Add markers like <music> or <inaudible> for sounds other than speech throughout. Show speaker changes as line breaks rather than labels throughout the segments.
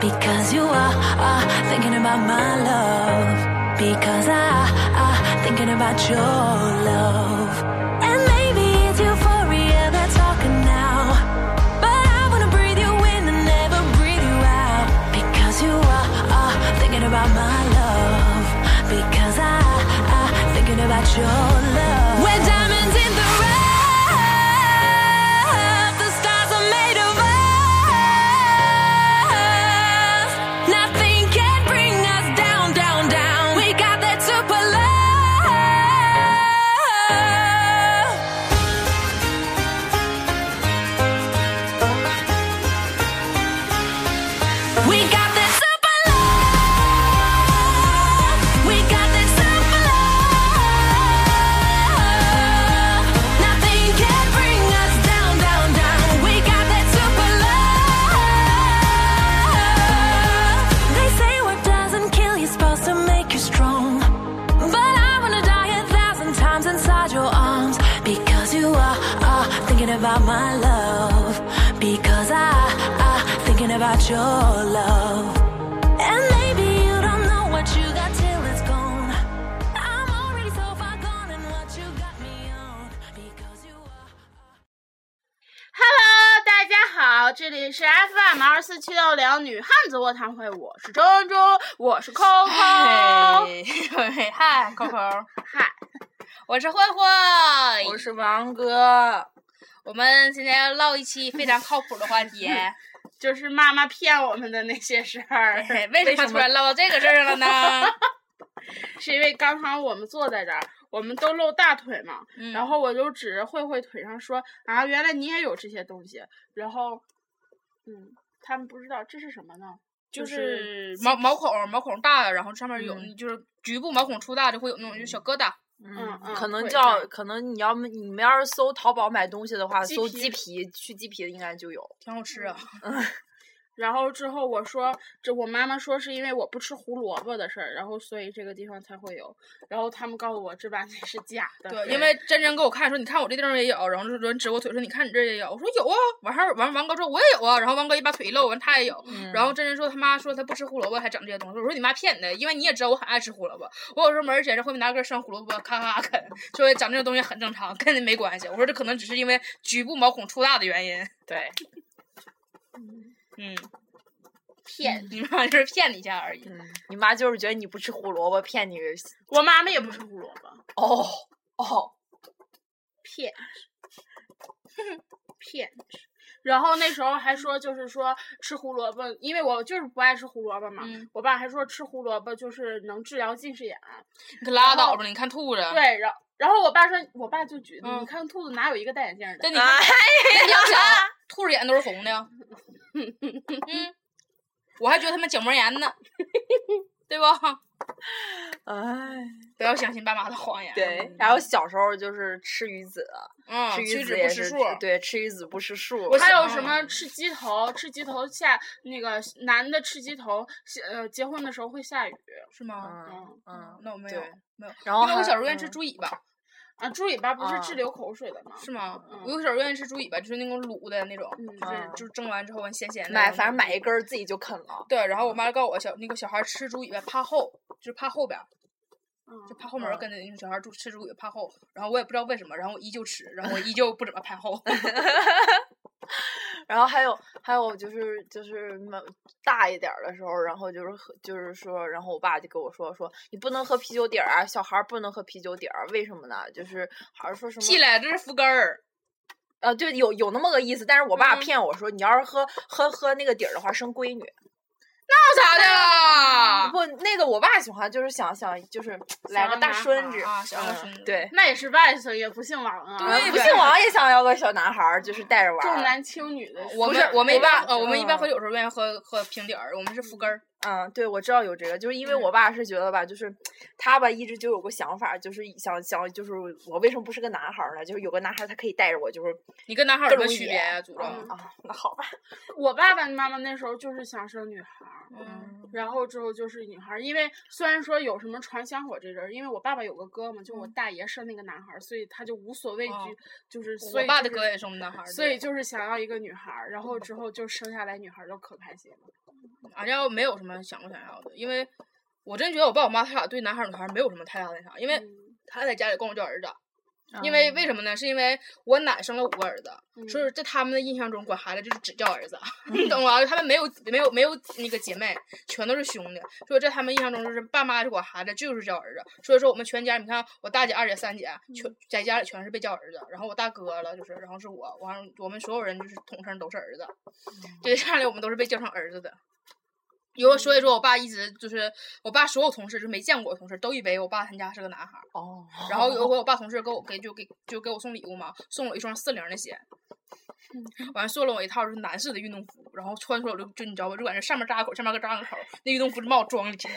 Because you are, are thinking about my love. Because I, I thinking about your love. And maybe it's euphoria that's talking now. But I wanna breathe you in and never breathe you out. Because you are, are thinking about my love. Because I, I thinking about your love. We're diamonds in the rough. The stars are made of us. Nothing can bring us down, down, down. We got that super love. We got that super love. We got that super love. Nothing can bring us down, down, down. We got that super love. They say what doesn't kill you's supposed to make you strong, but I wanna die a thousand times inside your arms because you are, are thinking about my love. Because I, I thinking about your love. And maybe you don't know what you got till it's gone. I'm already so far gone in what you got me on. Because you are.
Hello，大家好，这里是 FM 二四七六零女汉子卧谈会，我是周周，我是 Coco，
嘿，嘿 <laughs> 嗨，Coco，
嗨，
我是慧慧，
我是王哥，
我们今天唠一期非常靠谱的话 <laughs> 题。哎
就是妈妈骗我们的那些事
<laughs>
儿，
嘿为什么突然唠到这个事儿了呢？
是因为刚刚我们坐在这儿，我们都露大腿嘛，
<laughs> 嗯
然后我就指着慧慧腿上说啊，原来你也有这些东西，然后，嗯，他们不知道这是什么呢？
就是嗯毛毛孔毛孔大，然后上面有、就是局部毛孔粗大就会有那种就是小疙瘩。
嗯嗯
可能
会这
叫
样
可能你要么你们要是搜淘宝买东西的话，
鸡
搜
皮
鸡皮去鸡皮的应该就有。
挺好吃啊！
然后之后我说，这我妈妈说是因为我不吃胡萝卜的事儿，然后所以这个地方才会有。然后他们告诉我这完全是假的。
对，因为真真给我看说，你看我这地方也有，然后就有人指我腿说，你看你这儿也有，我说有啊。完事儿完王哥说我也有啊，然后王哥一把腿一露，完他也有，然后真真说他妈说他不吃胡萝卜还长这些东西，我说你妈骗你的，因为你也知道我很爱吃胡萝卜，我有时候没事儿闲着会拿根生胡萝卜咔咔啃，说长这种东西很正常，跟你没关系。我说这可能只是因为局部毛孔粗大的原因。
对，
嗯，
骗
你妈就是骗你一下而已。
嗯，你妈就是觉得你不吃胡萝卜骗你。
<laughs>
我妈妈也不吃胡萝卜，
哦哦，
骗子骗子。然后那时候还说，就是说吃胡萝卜，因为我就是不爱吃胡萝卜嘛。
嗯
我爸还说吃胡萝卜就是能治疗近视眼。啊
你可拉倒吧，你看兔子。。
对，然然后我爸说，我爸就举例，
啊嗯
你看兔子哪有一个戴眼镜的？
但
哎
你看，但你要想，兔子眼都是红的呀。嗯，我还觉得他们角膜炎呢，对吧？
哎，
不要相信爸妈的谎言。啊
对。然后小时候就是吃鱼子，
嗯，
吃
屈
鱼
指
子
不
也
吃
是
数。
吃对，吃鱼子不吃嗯树。
还有
想
什么吃鸡头，吃鸡头下那个男的吃鸡头，下呃，结婚的时候会下雨。
是吗？
嗯
嗯
嗯，
那我没有
对
没有。
然后
因为我
还
小时候愿意吃
嗯
猪尾巴，
啊，猪尾巴不
嗯
是治
啊
流口水的吗？
是吗
嗯？
我有小时候愿意吃猪尾巴，就是那种卤的那种，
嗯
就是
啊
就是蒸完之后完咸咸的那种。
买，反正买一根儿自己就啃了。
对，然后我妈告诉我小那个小孩吃猪尾巴怕厚，就是怕后边儿，就
嗯，
怕后门儿
嗯
跟着那种小孩儿猪吃猪尾巴怕厚。然后我也不知道为什么，然后我依旧吃，然后我依旧不怎么怕厚。
然后还有还有就是就是蛮大一点儿的时候，然后就是喝就是说，然后我爸就跟我说说你不能喝啤酒底儿啊，小孩儿不能喝啤酒底儿，为什么呢？就是好像说什
屁
么
嘞，这是福根儿。
呃，对，有有那么个意思。但是我爸
嗯
骗我说，你要是喝喝喝那个底儿的话，生闺女。
那咋的啦？
不，那个我爸喜欢就是想想就是来
想
个
要
大
男
孙
孩
子，
啊想要个孙子
嗯、对。
那也是外甥，也不姓王啊。
对
嗯不
呗
姓王也想要个小男孩儿，就是带着玩
重
儿。
男轻女的，
我
不
们
是
我们一
我爸
般呃我们一般
嗯
喝有时候愿意喝喝平底儿，我们是福根儿。
嗯，对，我知道有这个，就是因为
嗯
我爸是觉得吧，就是他吧一直就有个想法，就是想想就是我为什么不是个男孩儿呢？就是有个男孩儿他可以带着我，就是
你跟男孩儿有
更
什么
容易
区
一
别
点
呀、祖
嗯
宗？
啊，那好吧，
我爸爸妈妈那时候就是想生女孩儿，
嗯
然后之后就是女孩儿，因为虽然说有什么传香火这阵儿，因为我爸爸有个哥嘛，就我大爷生那个男孩儿，所以他就无所谓，
嗯哦
就就是所
我
以
爸
就
的
是
哥也生男孩儿的，
所以就是想要一个女孩儿，然后之后就生下来女孩儿就可开心
<laughs>
了。
俺家啊没有什么想不想要的，因为我真觉得我爸我妈他俩对男孩儿女孩儿没有什么太大的那啥，因为他在家里管我叫儿子。因为为什么呢？是因为我奶生了五个儿子，所以在他们的印象中，管孩子就是只叫儿子，你懂吗？他们没有没有没有那个姐妹，全都是兄弟，所以在他们印象中就是爸妈是管孩子就是叫儿子。所以说我们全家，你看我大姐、二姐、三姐，全在家里全是被叫儿子，然后我大哥了就是，然后是我，完了我们所有人就是统称都是儿子，对，下来我们都是被叫成儿子的。因为所以说我爸一直就是我爸所有同事就没见过我同事都以为我爸他家是个男孩儿，
哦，
然
<laughs>
后有回我爸同事给我给就给就给我送礼物嘛，送了我一双四零的鞋，
嗯
完了送了我一套就是男士的运动服，然后穿出来我就就你知道吧，就感觉上面扎个口，下面个扎个口，那运动服就把我装里去了，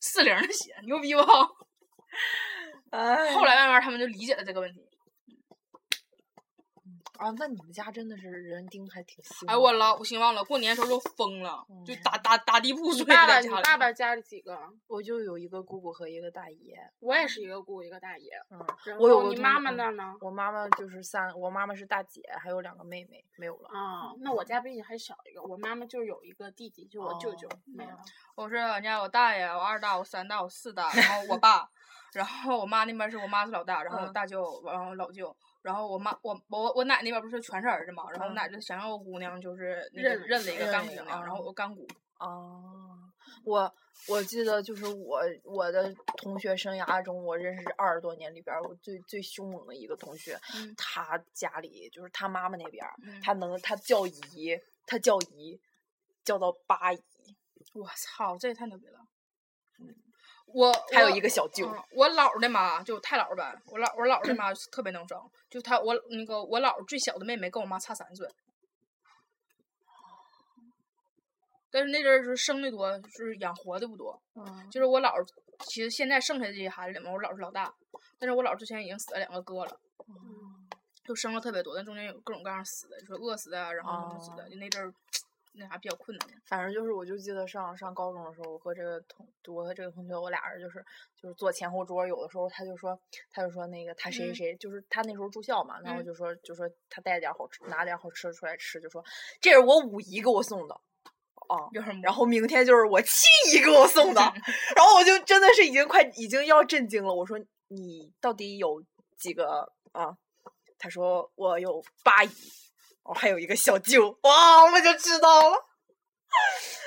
四零的鞋牛逼不？ <laughs> 后
哎
来慢慢他们就理解了这个问题。
啊，那你们家真的是人丁还挺兴
哎，我老兴旺了，过年的时候就疯了，就打打打地铺
嗯你
睡
爸爸，
在
你
家里。
爸爸家里几个？啊
我就有一个姑姑和一个大爷，
我也是一个姑一个大爷。
嗯，
然
我有
后
个
你
同
妈妈
嗯
那儿呢？
我妈妈就是三，我妈妈是大姐，还有两个妹妹，没有了。
啊，那我家比你还小一个，我妈妈就有一个弟弟，就我舅舅
哦
没了。
我是俺家我大爷，我二大，我三大，我四大，然后我
<laughs>
爸，然后我妈那边是我妈是老大，然后我
嗯
大舅，然后老舅，然后我妈我我我奶那边不是全是儿子嘛，然后我
嗯
奶就想让我姑娘就是那
认
个
了
认了一
认
个干
了
姑
一个
娘，然后
啊
我干姑，
哦，我我记得就是我我的同学生涯中，我认识二十多年里边儿，我最最凶猛的一个同学，
嗯
他家里就是他妈妈那边儿，
嗯
他能他叫姨，他叫姨，叫到八姨，
我操，这也太牛逼了！我
嗯还有
我
一个小舅，
嗯我姥儿的妈就太姥儿呗，我姥我姥儿的妈特别能生，就她我那个我姥儿最小的妹妹跟我妈差三岁，但是那阵儿就是生的多，就是养活的不多。
嗯
就是我姥儿，其实现在剩下这些孩子里面，我姥儿是老大，但是我姥儿之前已经死了两个哥了，就生了特别多，但中间有各种各样死的，就是饿死的啊，然后什么死的，就那阵儿那啥比较困难。
反正就是，我就记得上上高中的时候，我和这个同我和这个同学，我俩人就是就是坐前后桌儿，有的时候他就说他就说那个他谁谁
嗯
谁，就是他那时候住校嘛，然后
嗯
就说就说他带点儿好吃，拿点儿好吃的出来吃，就说这是我五姨给我送的，啊，
有什么？
然后明天就是我七姨给我
<laughs>
送的，然后我就真的是已经快已经要震惊了，我说你到底有几个啊？他说我有八姨，我、还有一个小舅，哇，我就知道了。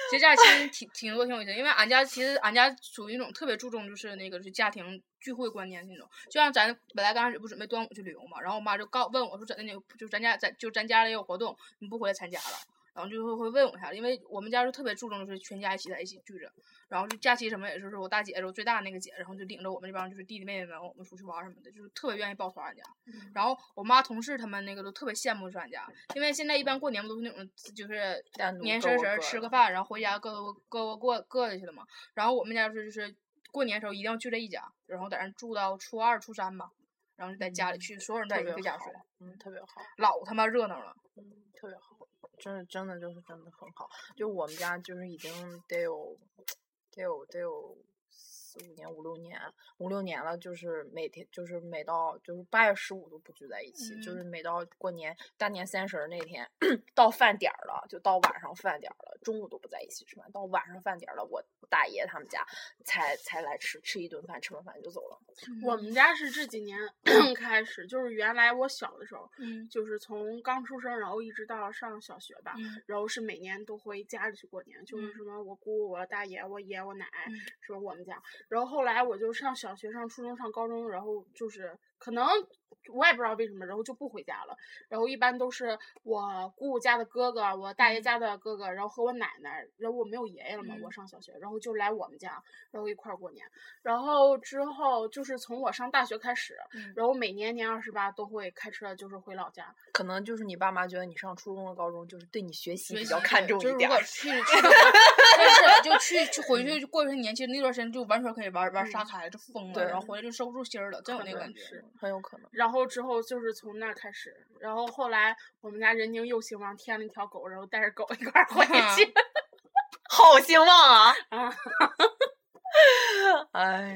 其实家其实挺挺多挺有意思，因为俺家其实俺家属于那种特别注重就是那个就是家庭聚会观念那种，就像咱本来刚开始不准备端午去旅游嘛，然后我妈就告问我说怎的你就咱家咱就咱家里有活动，你不回来参加了。然后就会会问我一下，因为我们家就特别注重就是全家一起在一起聚着，然后就假期什么也就是我大姐就是最大那个姐，然后就领着我们这帮就是弟弟妹妹们，我们出去玩儿什么的，就是特别愿意抱团俺家。
嗯
然后我妈同事他们那个都特别羡慕俺家，因为现在一般过年不都是那种就是
单独
年
各
三
过
十儿
各
吃
的
个饭，然后回家各各各各的去了嘛。然后我们家就是就是过年的时候一定要聚在一家，然后在那儿住到初二初三吧，然后就在家里去，所有人在
嗯特
一
别
个家
好
睡，，
嗯，特别好，
老他妈热闹了。
嗯，特别好，真的真的就是真的很好。就我们家就是已经得有得有得有四五年五六年五六年了，就是每天就是每到就是八月十五都不聚在一起，就
嗯
是每到过年大年三十儿那天到饭点儿了，就到晚上饭点儿了，中午都不在一起吃饭，到晚上饭点儿了，我大爷他们家才才来吃吃一顿饭，吃完饭就走了。
嗯
我们家是这几年 <coughs> 开始，就是原来我小的时候，
嗯
就是从刚出生，然后一直到上小学吧，
嗯
然后是每年都回家里去过年，就是
嗯
什么我姑、我大爷、我爷、我奶
嗯，
什么我们家。然后后来我就上小学、上初中、上高中，然后就是可能我也不知道为什么，然后就不回家了。然后一般都是我姑姑家的哥哥、我大爷家的哥哥，然后和我奶奶，然后我没有爷爷了嘛，我
嗯
上小学，然后就来我们家，然后一块儿过年。然后之后就是从我上大学开始，
嗯
然后每年年二十八都会开车就是回老家。
可能就是你爸妈觉得你上初中和高中就是对你学习
学
比
习
较看
对
重
就是
<laughs> 一
如
点
果
儿，
去去，但是就去去回去就过一段年，其实那段时间就完全可以玩玩杀
嗯
开了，就疯
对
了，然后回来就收不住心儿了，真有
可
那个
能
感觉。
是
很有可能。
然后之后就是从那儿开始，然后后来我们家人宁又兴旺添了一条狗，然后带着狗一块儿回去
好兴旺 <laughs> 啊！
啊。
哎，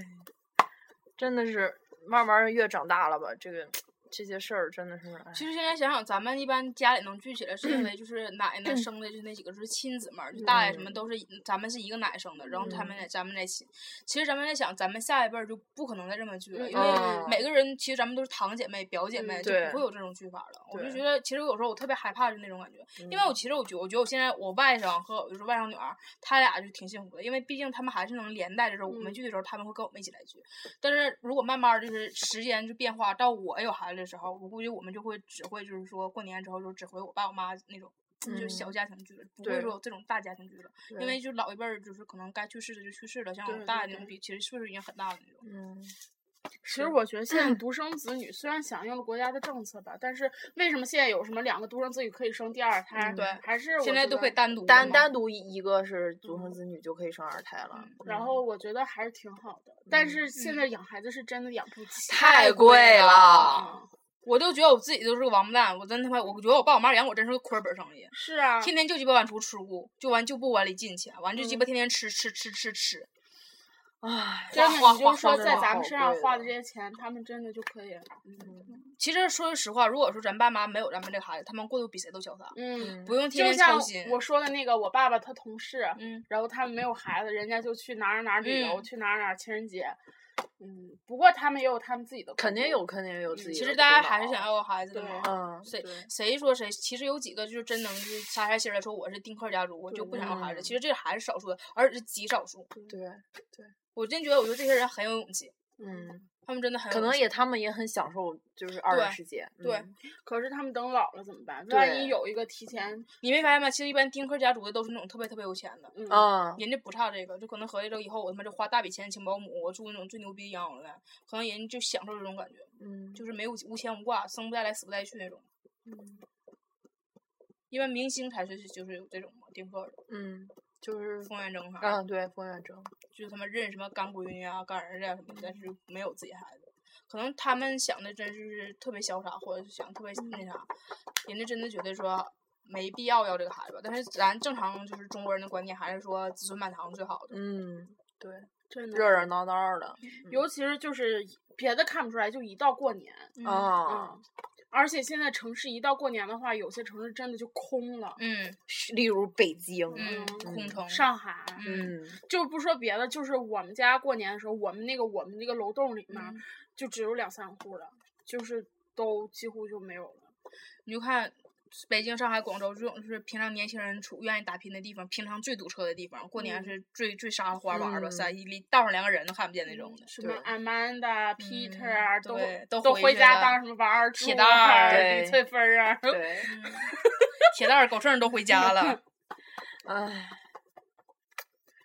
真的是慢慢儿越长大了吧，这个这些事儿真的是，哎
其实现在想想，咱们一般家里能聚起来，是因
<clears throat>
为就是奶
嗯
奶生的，就那几个是亲姊妹儿，就大爷什么都是咱们是一个奶生的，然后他
嗯
们俩咱们在亲。其实咱们在想，咱们下一辈儿就不可能再这么聚了，因为
嗯
每个人其实咱们都是堂姐妹、表姐妹，
嗯
就
对
不会有这种聚法了。我就
对嗯
觉得，其实有时候我特别害怕就那种感觉，因为我其实我觉我觉得我现在我外甥和我就是外甥女儿，他俩就挺幸福的，因为毕竟他们还是能连带着说我们
嗯
聚的时候，他们会跟我们一起来聚。但是如果慢慢儿就是时间就变化，到我有孩子的时候，我估计我们就会只会就是说过年之后就只回我爸我妈那种。就是小
嗯
家庭聚了，不
对
会说有这种大家庭聚了，因
对
为就老一辈儿就是可能该去世的就去世了，像
对
我大
对
爷那种
对
比，其实岁数已经很大的那种。
嗯，
其实我觉得现在独生子女虽然响应了国家的政策吧，但是为什么现在有什么两个独生子女可以生第二胎？
嗯
对
还是我
现在
觉
都可以
得
单独了
单
嘛
单独一一个是独生子女就可以生二胎了，
然
嗯
后我觉得还是挺好的，但
嗯
是现在养孩子是真的养不起，
太
贵
贵了。
嗯
我都觉得我自己就是个王八蛋，我真他妈，我觉得我爸我妈养我真是个亏本生意，
是啊，
天天就鸡巴往出吃咕，就完就不往里进去，啊完就鸡巴
嗯
天天吃吃吃吃吃。
唉，
真的，
花
你
花
就
花
说
真
在
的
咱
好
们身上
贵
花
了
的这些钱，他们真的就可以，嗯
其实说句实话，如果说咱爸妈没有咱们这个孩子，他们过得比谁都潇洒，
嗯，
不用天
就
天操
像
心。
我说的那个，我爸爸他同事，
嗯，
然后他们没有孩子，人家就去哪儿哪儿旅游，
嗯
去哪儿哪儿情人节，嗯，不过他们也有他们自己的，
肯定有，肯定有
嗯
自己。
其实大家还是想，要个孩子的
对
嘛。
嗯，
谁
啊对
谁说谁？其实有几个就是真能就是下下心来说我是丁克家族，我就不想要孩子。
嗯
其实这还是少数的，而且是极少数。
对，
我真觉得，我觉得这些人很有勇气，
嗯，
他们真的很有
可
勇
能
气
也他们也很享受，就是二人
对
世界。
对
嗯
可是他们等老了怎么办？万
对
一有一个提前，
你没发现吗？其实一般丁克家族的都是那种特别特别有钱的，
嗯，
嗯，
人家不差这个，就可能合计着以后我他妈就花大笔钱请保姆，我住那种最牛逼的养老院，可能人家就享受这种感觉，
嗯
就是没有无牵无挂，生不带来死不带去那种。一般明星才是就是有这种嘛，丁克的
嗯，就是
风原正啥的，
嗯，对，风远征，
就是他们认什么干闺女啊、干儿子啊什么的，但是
嗯
没有自己孩子。可能他们想的真是特别潇洒，或者是想特别
嗯
那啥，人家真的觉得说没必要要这个孩子吧。但是咱正常就是中国人的观念还是说子孙满堂最好的。
嗯，对，
真的
热热闹闹的
尤其是就是别的看不出来，就一到过年，
啊
嗯，，而且现在城市一到过年的话，有些城市真的就空了，
嗯
是例如北京，
嗯，空
嗯
城
上海，
嗯，
就不说别的，就是我们家过年的时候，我们那个我们那个楼栋里面、
嗯
就只有两三户了，就是都几乎就没有了。
你就看北京、上海、广州这种，就是平常年轻人出愿意打拼的地方，平常最堵车的地方，过年
嗯
是最最撒花玩儿吧，
嗯
塞一离道上连个人都看不见那种的。
什么
对嗯
Amanda、Peter 啊，
对
都
都回
回
去
家
了
当什么王二
铁
柱
蛋
啊、
儿
李翠芬儿啊，
嗯对，
嗯铁蛋儿、狗剩儿都回家了，
唉，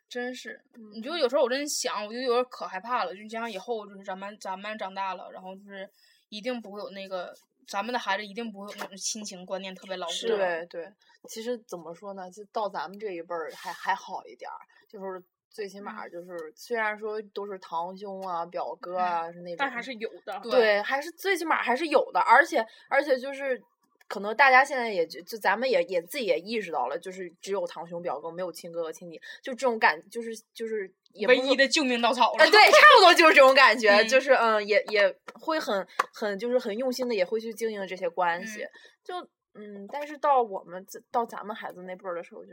真是。你就有时候我真想，我就有点儿可害怕了。就你想想以后，就是咱们咱们长大了，然后就是一定不会有那个。咱们的孩子一定不会有那种亲情观念特别牢
<laughs>
固
是
的，
对对，其实怎么说呢，就到咱们这一辈儿还还好一点儿，就是最起码
嗯
就是虽然说都是堂兄啊、表哥啊是那种，
<laughs> 但还是有的。
对
对，还是最起码还是有的，而且而且就是。可能大家现在也就就咱们也也自己也意识到了，就是只有堂兄表哥，没有亲哥哥亲姐，就这种感，就是就是也不
唯
是
一的救命稻草了。
啊，对，差不多就是这种感觉，
嗯
就是嗯，也也会很很就是很用心的，也会去经营这些关系，就嗯，但是到我们这到咱们孩子那辈儿的时候就，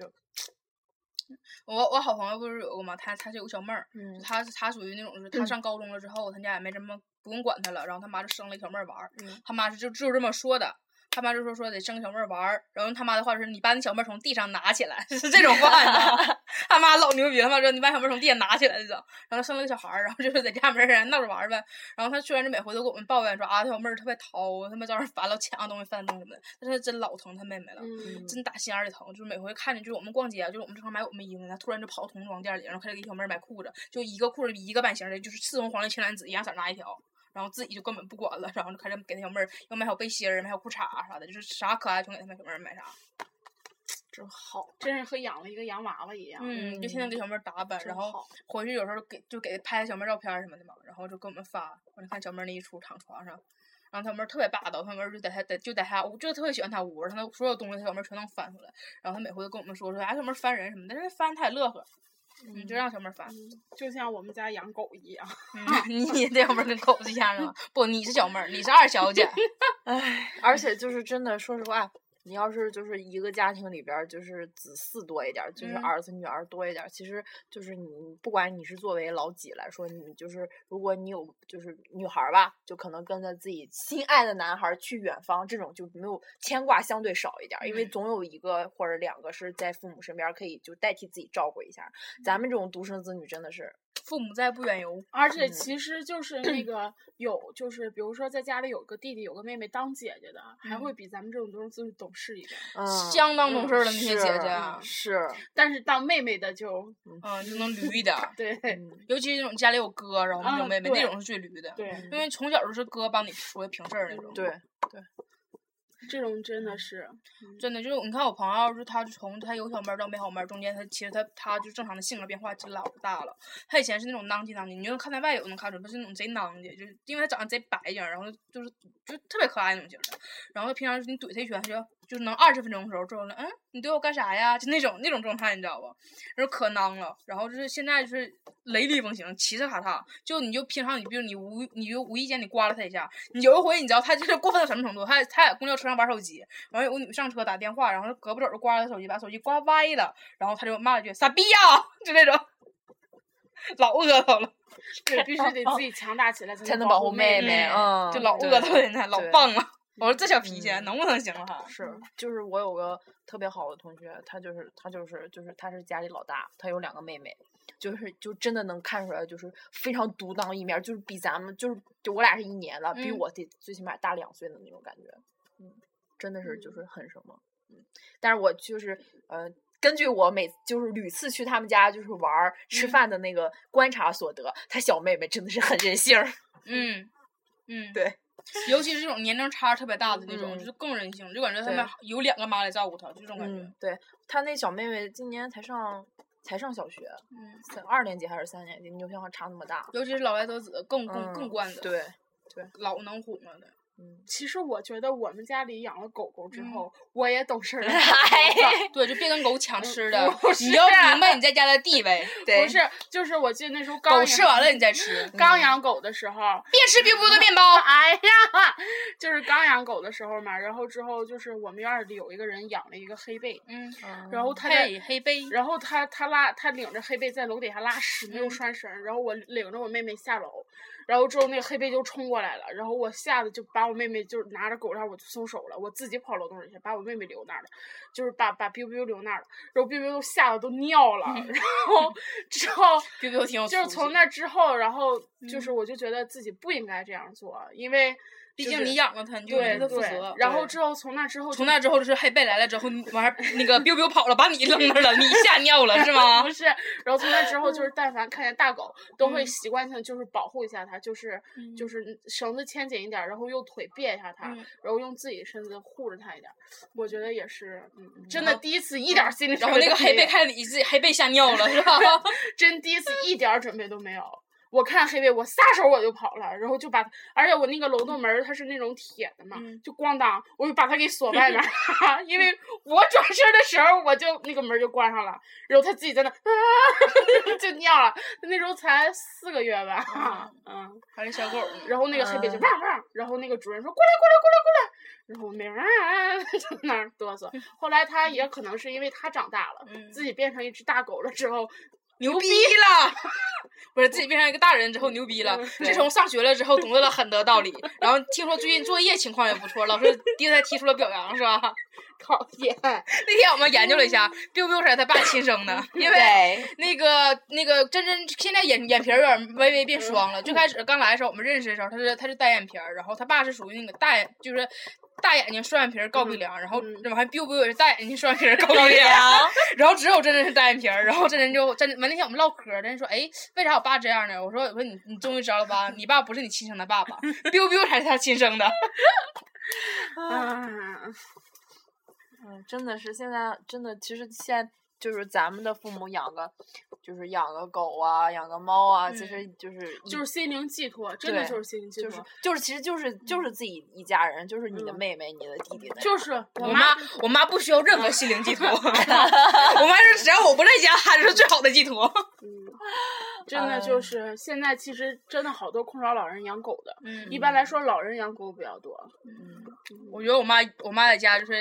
我我好朋友不是有个嘛，她她是有个小妹儿，
嗯
他他属于那种是，他上高中了之后，他家也没什么不用管他了，然后他妈就生了一小妹儿玩儿，
嗯
他妈是就就这么说的，他妈就说说得生个小妹儿玩儿，然后他妈的话是你把那小妹儿从地上拿起来， <laughs> 是这种话，你知道吗他妈老牛逼，他妈说你把小妹儿从地上拿起来就走，然后生了个小孩儿，然后就是在家没人闹着玩儿呗，然后他虽然是每回都跟我们抱怨说啊小妹儿特别淘，他妈招人烦了，抢东西翻东西什么的，但是真老疼他妹妹了。
嗯，
真打心眼儿里疼，就是每回看见，就是我们逛街啊，就是我们正常买我们衣服，他突然就跑到童装店里，然后开始给小妹儿买裤子，就一个裤子一个版型的，就是赤红黄绿青蓝紫一样色儿拿一条，然后自己就根本不管了，然后就开始给那小妹儿要买小背心儿、买小裤衩儿啥的，就是啥可爱全给她买小妹儿买啥。
真好， <laughs> 真是和养了一个洋娃娃一样。
嗯，就天天给小妹儿打扮，
真
然后
好
回去有时候给就给她拍小妹儿照片儿什么的嘛，然后就给我们发。我就看小妹儿那一出躺床上，然后小妹儿特别霸道，小妹儿就在她在就在她屋，就特别喜欢她屋，然后她的所有东西小妹儿全能翻出来，然后她每回都跟我们说说，哎，小妹儿翻人什么的，但是翻她也乐呵，嗯，就让小妹儿翻。
就像我们家养狗一样。
嗯，你也得小妹儿跟狗子一样啊？不，你是小妹儿，你是二小姐。
唉，而且就是真的，说实话，你要是就是一个家庭里边儿就是子嗣多一点儿，就是
嗯
儿子女儿多一点儿，其实就是你不管你是作为老几来说，你就是如果你有就是女孩儿吧，就可能跟着自己心爱的男孩儿去远方，这种就没有牵挂相对少一点儿，因为
嗯
总有一个或者两个是在父母身边儿可以就代替自己照顾一下儿。咱们这种独生子女真的是，
父母在不远游，
而且
嗯
其实就是那
<clears throat>
个有，就是比如说在家里有个弟弟有个妹妹当姐姐的，还会比咱们这种都是懂事一点。
嗯，
相当懂事儿的那些
是
姐姐啊，
是，
但是当妹妹的就
嗯，就能驴一点儿。
对
嗯
尤其是那种家里有哥，然后没有
啊
妹妹，
对
那种是最驴的。
对，
嗯
因为从小就是哥帮你说平事儿那种。
对，
这种真
嗯
的是
真的就是你看我朋友，就是他从他有小妹儿到没好妹儿中间，他其实他他就正常的性格变化真老大了。他以前是那种囊叽囊叽，你就能看他外表能看出来，他是那种贼囊叽，就是因为他长得贼白净儿，然后就是就特别可爱那种型儿的。然后平常你怼他一拳，他就就是能二十分钟的时候做完了，嗯，你怼我干啥呀？就那种那种状态，你知道吧？然后可囊了，然后就是现在就是雷厉风行，骑着卡踏。就你就平常你比如你无你就无意间你刮了他一下，你有一回你知道他就是过分到什么程度？他他在公交车上玩手机，完有个女上车打电话，然后胳膊肘就刮了手机，把手机刮歪了，然后他就骂了一句“傻逼呀”， <laughs> 就那种，老恶头了，
<laughs>
对，必须得自己强大起来
才
才
能
能
保护
护
妹
妹
妹，。嗯，
就老恶
对
头了，现在老
对
棒了。我说这小脾气
嗯
能不能行了还？
是，就是我有个特别好的同学，他就是他就是就是他是家里老大，他有两个妹妹，就是就真的能看出来，就是非常独当一面儿，就是比咱们就是就我俩是一年的，比
嗯
我得最起码大两岁的那种感觉，嗯，真的是就是很什么，嗯，但是我就是呃。根据我每就是屡次去他们家就是玩儿吃
嗯
饭的那个观察所得，他小妹妹真的是很任性儿，
嗯嗯，
对。
尤其是这种年龄差特别大的那种，
嗯
就是更任性，就感觉他
对
们有两个妈来照顾他，就这种感觉。
嗯，对他那小妹妹今年才上才上小学，
嗯，
三二年级还是三年级，你就像差那么大。
尤其是老来得子，更更更
嗯
惯着，
对，
老能哄
<laughs>
了的。
嗯，
其实我觉得我们家里养了狗狗之
嗯哎
后，我也懂
<laughs>
事儿了。
哎
对，就别跟狗
嗯
抢吃的，
不是
你要明
啊
白你在家的地位。
不是，就是我记得那时候刚
狗吃
养
完了你再
嗯
嗯吃，
刚养狗的时候，
别吃冰波的面包。
哎呀，就是刚养狗的时候嘛，然后之后就是我们院儿里有一个人养了一个黑背，
嗯，
然后他在
黑黑杯，
然后他他拉他领着黑贝在楼底下拉屎，没有
嗯
拴绳儿，然后我领着我妹妹下楼，然后之后那个黑贝就冲过来了，然后我吓得就把我妹妹就拿着狗链儿我就松手了，我自己跑楼洞里去，把我妹妹留那儿了，就是把把 biu biu 留那儿了，然后 biu biu 都吓得都尿了，
嗯
然后之
<laughs>
后
biu biu 挺有
就是
出息
从那之后，然后
嗯
就是我就觉得自己不应该这样做，因为
毕
就
竟
是
你养了它，你就
对
为它负
对
责，。
然后
对
之后从那之后就
从那之后就是黑贝来了之后，你
<laughs>
完事儿那个 biu biu 跑了，把你扔那儿了，你吓尿了是
<laughs>
吗
不？是，然后从那之后就是，但凡看见大狗，都会
嗯
习惯性就是保护一下它，就是就
嗯
是绳子牵紧一点儿，然后用腿别一下它，
嗯
然后用自己身子护着它一点儿。我觉得也是，嗯，真
然
的
后
第一次一点儿心理
然
准
后
备
那
都
个
没
黑贝
有，
看你自己黑贝吓尿
<laughs>
了是吧？
真第一次一点儿准备都没有。我看黑贝，我撒手我就跑了，然后就把，而且我那个楼栋门儿它是那种铁的嘛，
嗯
就咣当，我就把它给锁外面儿， <laughs> 因为我转身的时候我就那个门儿就关上了，然后它自己在那 <laughs> 啊就尿了，那时候才四个月吧， <laughs> 嗯，
还是小狗
<laughs>
呢？
然后那个黑贝就
嗯
汪汪，然后那个主人说过来过来过来过来，然后我没啊 <laughs> 就那儿哆嗦，后来它也可能是因为它长大了，
嗯
自己变成一只大狗了之后， <laughs>
牛逼了！不是自己变成一个大人之后牛逼
嗯
了，自从上学了之后懂得了很多道理，然后听说最近作业情况也不错，老师对他提出了表扬，是吧？ <laughs>
讨厌。
那天我们研究了一下，biu biu 是他爸亲生的，因为
对，
那个那个真真现在眼眼皮儿有点微微变双了。最开始刚来的时候，我们认识的时候，他是他是单眼皮儿，然后他爸是属于那个大眼，就是大眼睛双眼皮儿高鼻梁，然后
嗯
然后还 biu biu 也是大眼睛双眼皮儿高鼻梁， <laughs> 然后只有真真是单眼皮儿，然后真真就真完那天我们唠嗑儿，真真说哎为啥我爸这样呢？我说我说你你终于知道了吧，你爸不是你亲生的爸爸，biu biu 才是他亲生的。
啊，
嗯，真的是现在真的，其实现在就是咱们的父母养个，就是养个狗啊，养个猫啊，其实就是
就是
是
心灵寄托，真的
对
就是心灵寄
就
托。
是就是其实就是就是自己一家人，就是你的
嗯
妹妹、你的弟弟的。
就是我
我
妈
妈，我妈不需要任何心灵寄 <laughs> 托，我妈说只要我不在家，她就是最好的寄托。
嗯，真的就是现在，其实真的好多空巢老人养狗的。
嗯 <laughs>
一般来说，老人养狗比较多。
我觉得我妈，我妈在家就是，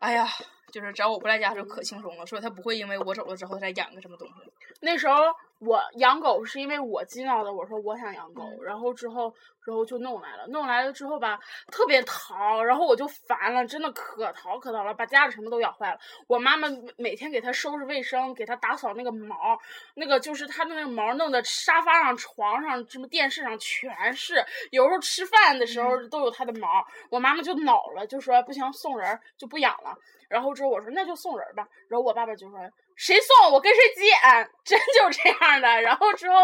哎呀，就是只要我不在家的时候可轻松了，说她不会因为我走了之后再养个什么东西。
那时候我养狗是因为我激恼的，我说我想养狗，然后之后，然后就弄来了，弄来了之后吧，特别淘，然后我就烦了，真的可淘可淘了，把家里什么都咬坏了。我妈妈每天给它收拾卫生，给它打扫那个毛，那个就是它那个毛弄的沙发上、床上、什么电视上全是，有时候吃饭的时候都有它的毛。我妈妈就恼了，就说不行，送人儿就不养了。然后之后我说那就送人儿吧，然后我爸爸就说谁送我跟谁急眼，真就这样的。然后之后，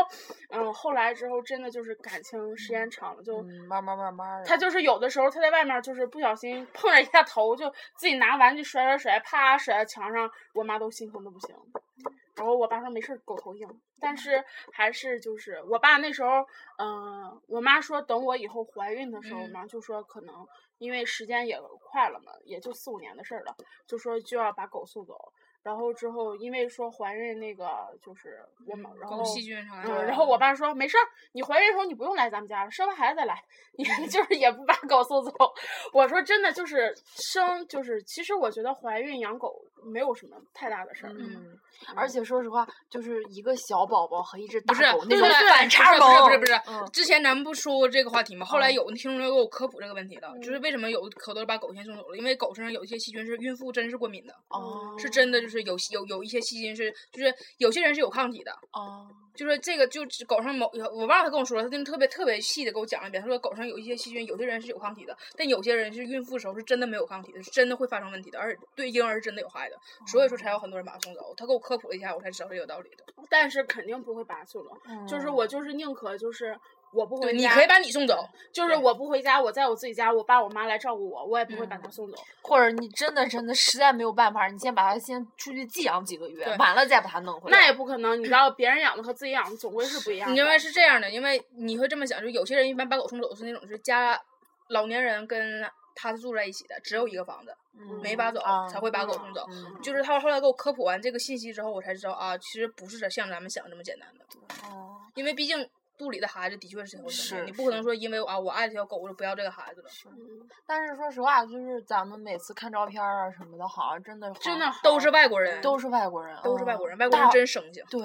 嗯，后来之后真的就是感情时间长了就。
嗯，慢慢慢慢的。
他就是有的时候他在外面就是不小心碰了一下头，就自己拿玩具甩甩甩，啪甩在墙上，我妈都心疼的不行。然后我爸说没事儿，狗头硬，但是还是就是我爸那时候，嗯、我妈说等我以后怀孕的时候
嗯
嘛，就说可能因为时间也快了嘛，也就四五年的事儿了，就说就要把狗送走。然后之后因为说怀孕那个就是我妈，然后
嗯狗细菌啥
嗯，
的。
然后我爸说没事儿，你怀孕的时候你不用来咱们家了，生完孩子再来，你 <laughs>
嗯
就是也不把狗送走。我说真的，就是生就是，其实我觉得怀孕养狗没有什么太大的事儿。
嗯，而且说实话，就是一个小宝宝和一只大
不是，
狗那
对
种
对
反差萌，
不是不是不
嗯
是，之前咱们不说过这个话题吗？后来
嗯
有听众给我科普这个问题了，就是为什么有可多把狗先送走了，因为狗身上有一些细菌是孕妇真是过敏的，
哦，
嗯
是真的就是有有有一些细菌是就是有些人是有抗体的，
哦，
就是这个就只狗上某有我忘了他跟我说了，他真的特别特别细的给我讲了一遍，他说狗上有一些细菌，有些人是有抗体的，但有些人是孕妇时候是真的没有抗体的，是真的会发生问题的，而且对婴儿是真的有害的，所以说
哦
才有很多人把它送走。他给我科普了一下，我才知道是有道理的。
但是肯定不会把它送走，就是
嗯
我就是宁可就是我不
嗯对，
回
你
家，
可以把你送走，
就是我不回家，我在我自己家，我爸我妈来照顾我，我也不会把
嗯
它送走。
或者你真的真的实在没有办法，你先把它先出去寄养几个月，
对
完了再把它弄回来。
那也不可能，你知道别人养的和自己养的总归是不一样的。
因为是这样的，因为你会这么想，就有些人一般把狗送走是那种是家老年人跟他住在一起的，只有一个房子，
嗯
没把走、
啊
才会把狗送走。
嗯
就是他后来给我科普完这个信息之后，我才知道啊，其实不是像咱们想的这么简单的，
哦，
因为毕竟肚里的孩子的确是会生
是
病，你不可能
是
说因为啊我爱这条狗，我就不要这个孩子了，
但是说实话，就是咱们每次看照片儿啊什么的，好像真的
真的
好像
都是外国人，
都是外国人，
都是外国人，
嗯
外国人
大
真嗯生性。
对，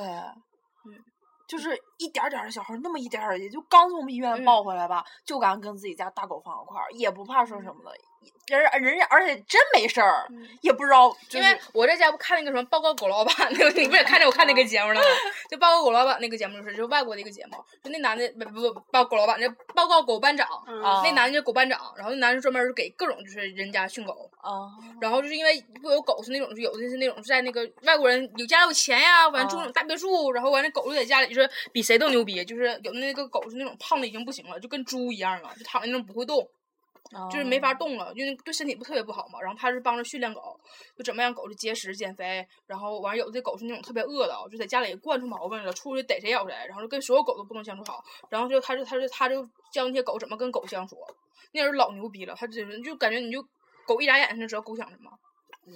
就是一点儿点儿的小孩儿，那么一点儿点儿，也就刚从医
嗯
院抱回来吧，就敢跟自己家大狗放一块儿，也不怕
嗯
说什么的，人家人家而且真没事儿，也不知道，就
因
是
为
哦
我在家不看那个什么报告狗老板那个，你不也看着我看那个节目了
<laughs>
吗？就报告狗老板那个节目就是，就外国的一个节目，就那男的不不不报狗老板，那报告狗班长，
嗯
啊
那男的就狗班长，然后那男的专门给各种就是人家训狗，
啊，
然后就是因为不有狗是那种，就有的是那种在那个外国人有家有钱呀，完
啊
住那种大别墅，然后完那狗就在家里就是比谁都牛逼，就是有那个狗是那种胖的已经不行了，就跟猪一样了，啊就躺在那种不会动，就是没法动了，因为对身体不特别不好嘛。然后他是帮着训练狗，就怎么样狗就节食减肥，然后完了有的狗是那种特别饿的，啊就在家里惯出毛病了，出去逮谁咬谁，然后就跟所有狗都不能相处好。然后就他就他就他就教那些狗怎么跟狗相处，那人老牛逼了，他就是就感觉你就狗一眨眼就知道狗想什么。
哇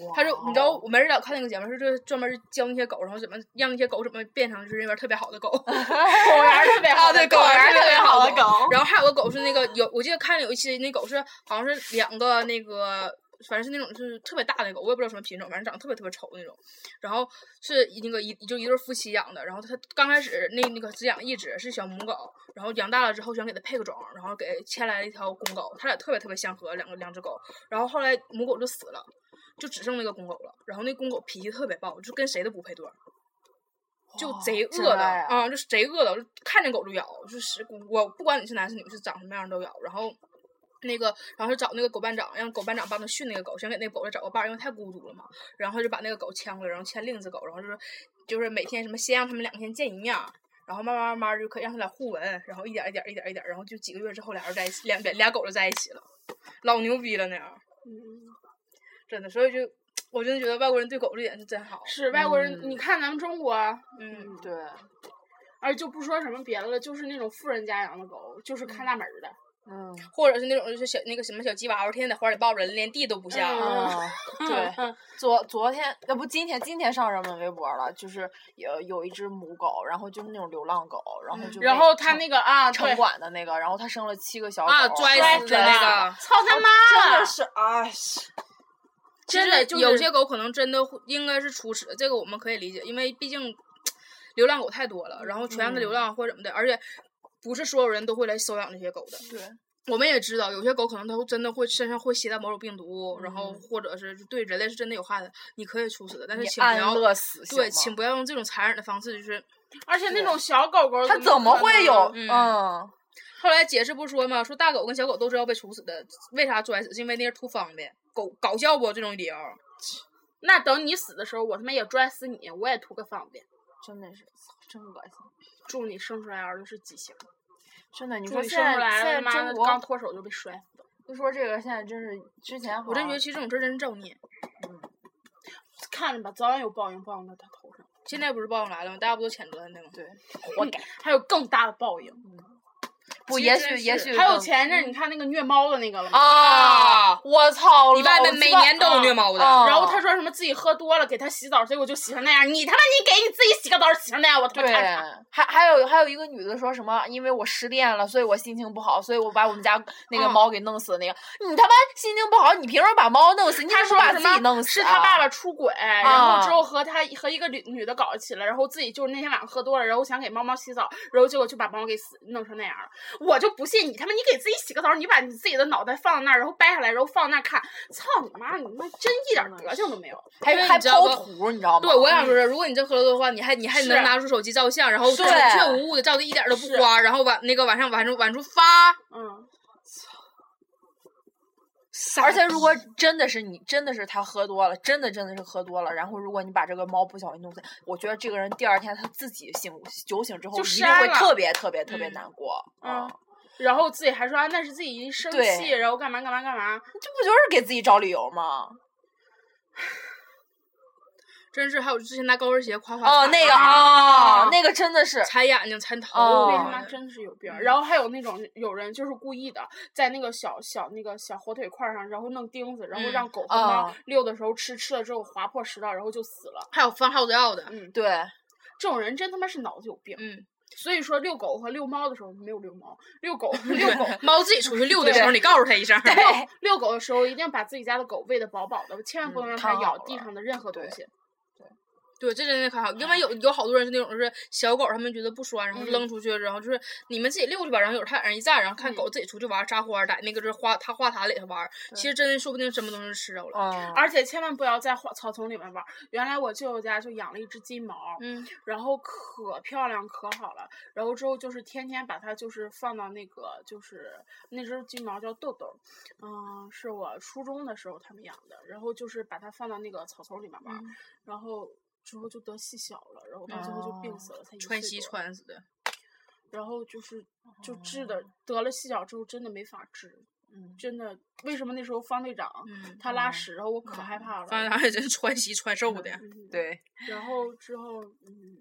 哦，
他就你知道我没人老看那个节目，是就是专门教那些狗，然后怎么让那些狗怎么变成就是那边特别好的狗，狗 <laughs>
园儿特别好
啊，对，
的
狗
狗
园
园
儿
儿
特
特
别
别好
好的
的
狗。然后还有个狗是那个有，我记得看有一期那狗是好像是两个那个。反正是那种就是特别大的狗，我也不知道什么品种，反正长得特别特别丑那种。然后是一那个一就一对夫妻养的，然后他刚开始那那个只养一只是小母狗，然后养大了之后想给它配个种，然后给牵来了一条公狗，它俩特别特别相合，两个两只狗。然后后来母狗就死了，就只剩那个公狗了。然后那公狗脾气特别暴，就跟谁都不配对儿，就
哇
贼
真
恶哦的
爱啊
啊、就是贼恶的，就看见狗就咬，就是我不管你是男是女，是长什么样都咬。然后那个，然后就找那个狗班长，让狗班长帮他训那个狗，想给那个狗再找个伴儿，因为太孤独了嘛。然后就把那个狗牵过来，然后牵另一只狗，然后就是就是每天什么先让他们两天见一面儿。然后慢慢慢慢就可以让他俩互文，然后一点儿一点儿一点儿一点儿，然后就几个
嗯
月之后俩人在一起，两俩俩狗就在一起了，老牛逼了那样儿。真的，所以就我真的觉得外国人对狗这点是真好。
是外国人，你看咱们中国，
嗯，
对，
而就不说什么别的了，就是那种富人家养的狗，就是看大门儿的，
嗯
或者是那种就是小那个什么小鸡娃娃，天天在怀里抱着，连地都不下。
嗯
啊，对，
嗯
昨昨天要不今天今天上人们微博了，就是有有一只母狗，然后就是那种流浪狗，然
嗯
后就
然
被
后它
城
那个啊，
城
对，
管的那个，然后它生了七个小狗，
啊，拽
摔
死
死
的
了
那个，
操他妈
真
了
的！是哎，是
其实
真的就是
有些狗可能真的会应该是出事，这个我们可以理解，因为毕竟流浪狗太多了，然后全让它流浪或者怎么的，而且不是所有人都会来收养这些狗的。
对，
我们也知道，有些狗可能它会真的会身上会携带某种病毒，然后
嗯
或者是对人类是真的有害的，你可以处死的，但是
你
请不
安
要
乐死行
对，
吗
请不要用这种残忍的方式。就是
而且那种小狗狗，
它怎么会有？
嗯
嗯，
后来解释不说嘛，说大狗跟小狗都是要被处死的，为啥拽死？是因为那是图方便，狗搞笑不？这种理由。
那等你死的时候，我他妈也拽死你，我也图个方便。
真的是，操真恶心。
祝你生出来儿子是畸形，
真的，你
祝
说
你
现
生
在
出来
现
了，他
在
妈的
中
刚
国，
脱手就被摔死了。
就说这个现在真是之前
我真觉
好
得
像
其实这种事儿真是造孽。
看着吧，早晚有报应报应到他头上，
现在不是报应来了吗？大家不都谴责他吗？
对，
<laughs> 活该。还有更大的报应，
不
其
也
实
许
是
也许
还有
更
前一阵你看那个虐猫的那个了吗？
啊，哦我操，
你外面
老
每
鸡巴
年都有虐猫的，
啊
然后他说什么自己喝多了给他洗澡，结果就洗成那样。你他妈你给你自己洗个澡洗成那样，我他妈
对
看他。，
还还有还有一个女的说什么，因为我失恋了，所以我心情不好，所以我把我们家那个
嗯
猫给弄死。那个、你他妈心情不好，你凭什么把猫弄死？你
他
怎
说
么不把
什
自
么？
己弄死、
是
啊？
他爸爸出轨，然后之后和他和一个女女的搞起了，然后自己就是那天晚上喝多了，然后想给猫猫洗澡，然后结果就把猫给死弄成那样了。我就不信你他妈，你给自己洗个澡，你把你自己的脑袋放在那儿，然后掰下来，然后放那儿看，操你妈！你他妈真一点德性都没有。
还
因为
还
你知道
抛
吗
图，你知道吗？
对，我想说是，如果你真喝了多的话，你还你还
是
能拿出手机照相，然后
对
准确无误的照的一点儿都不花，然后晚那个晚上晚上晚出发，
嗯，
而且如果真的是你，真的是他喝多了，真的真的是喝多了，然后如果你把这个猫不小心弄死，我觉得这个人第二天他自己醒酒醒之后，
就
一定
删
会
了
特别特别特别
嗯
难过。
嗯然后自己还说啊，那是自己生
对
气，然后干嘛干嘛干嘛。
这不就是给自己找理由吗？
真是还有之前拿高跟鞋夸夸
哦，
踩
那个
啊
啊，那个真的是，
踩眼睛踩头，
哦嗯
那
为
他
什
妈
么
真的是有病儿。然后还有那种有人就是故意的，在那个小小那个小火腿块儿上，然后弄钉子，然后
嗯
让狗和猫
哦
遛的时候吃，吃了之后划破食道，然后就死了。
还有放耗子药的，
嗯，
对，
这种人真他妈是脑子有病。
嗯，
所以说遛狗和遛猫的时候没有遛猫，遛
<laughs>
狗遛狗。
猫自己出去遛的时候，
对
你告诉它一声，
对
遛遛狗的时候，一定把自己家的狗喂得饱饱的，千万不能
嗯
让它
看
咬
好
地
了
上的任何东
对
西。
对，这真的可好，因
哎
为有有好多人是那种是小狗，他们觉得不拴，然后
嗯
扔出去，然后就是你们自己遛去吧，然后有人往上一站，然后看狗自己出去玩撒欢儿，在那个就是花它花坛里头玩儿，其实真的说不定什么东西吃着
哦 <laughs>
了。
嗯，
而且千万不要在花草丛里面玩儿。原来我舅舅家就养了一只金毛，
嗯，
然后可漂亮可好了，然后之后就是天天把它就是放到那个就是那只金毛叫豆豆，嗯，是我初中的时候他们养的，然后就是把它放到那个草丛里面玩儿，然后之后就得细小了，然后到最后就病死了，才一
川
岁
西
多，
川死的，
然后就是就治的得了细小之后真的没法治，
嗯
真的为什么那时候方队长
嗯，
他拉
嗯
屎，然后我可害怕了，
反正还真川西川瘦的，哎
嗯，
对，
然后之后嗯。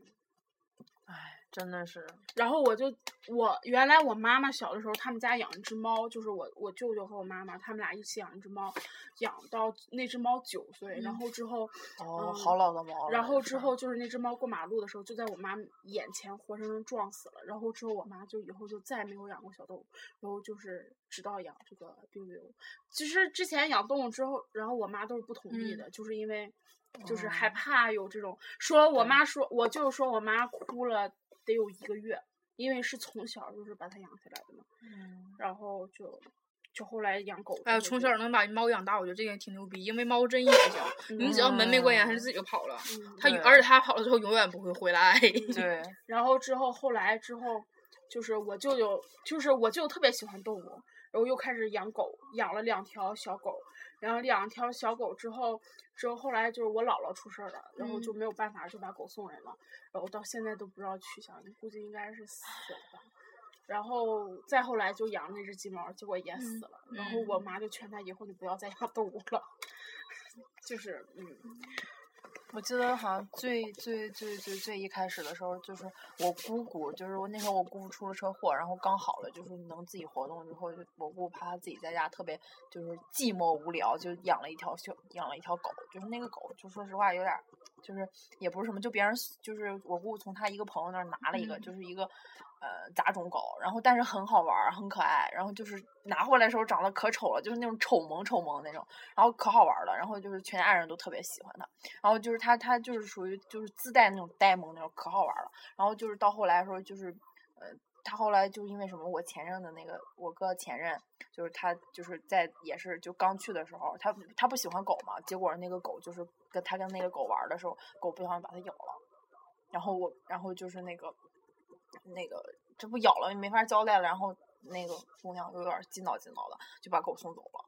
哎，真的是，
然后我就我原来我妈妈小的时候，他们家养一只猫，就是我我舅舅和我妈妈，他们俩一起养一只猫，养到那只猫九岁，然
嗯
后之后，
哦，
嗯
好老的猫了。
然后
是
之
吧，
后就是那只猫过马路的时候，就在我妈眼前活生生撞死了。然后之后我妈就以后就再也没有养过小动物，然后就是直到养这个 biu 其实之前养动物之后，然后我妈都是不同意
嗯
的，就是因为就是
哦
害怕有这种说，我
对
妈说我就说我妈哭了得有一个月，因为是从小就是把它养起来的嘛， <laughs>
嗯
然后就就后来养狗就会这
哎
样，
呦，从小能把猫养大，我觉得这个挺牛逼，因为猫真野性，
<laughs>
你只要门没关严，它就自己就跑了。
嗯
它
对
而且它跑了之后永远不会回来。
对，
然后之后后来之后，就是我舅舅，就是我舅舅特别喜欢动物，然后又开始养狗，养了两条小狗，然后两条小狗之后，之后后来就是我姥姥出事儿了，然后就没有办法就把狗送人了，然后到现在都不知道去向，估计应该是死了吧。然后再后来就养那只金毛，结果也死了。然后我妈就劝他以后你不要再养动物了， <laughs> 就是嗯，
我记得好像最最最最最一开始的时候，就是我姑姑，就是我那时候我姑姑出了车祸，然后刚好了，就是能自己活动之后，就我姑怕她自己在家特别就是寂寞无聊，就养了一条小养了一条狗，就是那个狗，就说实话有点儿，就是也不是什么，就别人就是我姑姑从她一个朋友那儿拿了一个，就是一个呃杂种狗，然后但是很好玩儿，很可爱，然后就是拿回来的时候长得可丑了，就是那种丑萌丑萌那种，然后可好玩儿了，然后就是全家人都特别喜欢它。然后就是他，他就是属于就是自带那种呆萌那种，可好玩儿了。然后就是到后来的时候，就是呃，他后来就因为什么，我前任的那个我哥前任，就是他就是在也是就刚去的时候，他他不喜欢狗嘛，结果那个狗就是跟他跟那个狗玩儿的时候，狗不小心把它咬了，然后我然后就是那个那个这不咬了没法交代了，然后那个姑娘就有点儿劲挠劲挠的，就把狗送走了。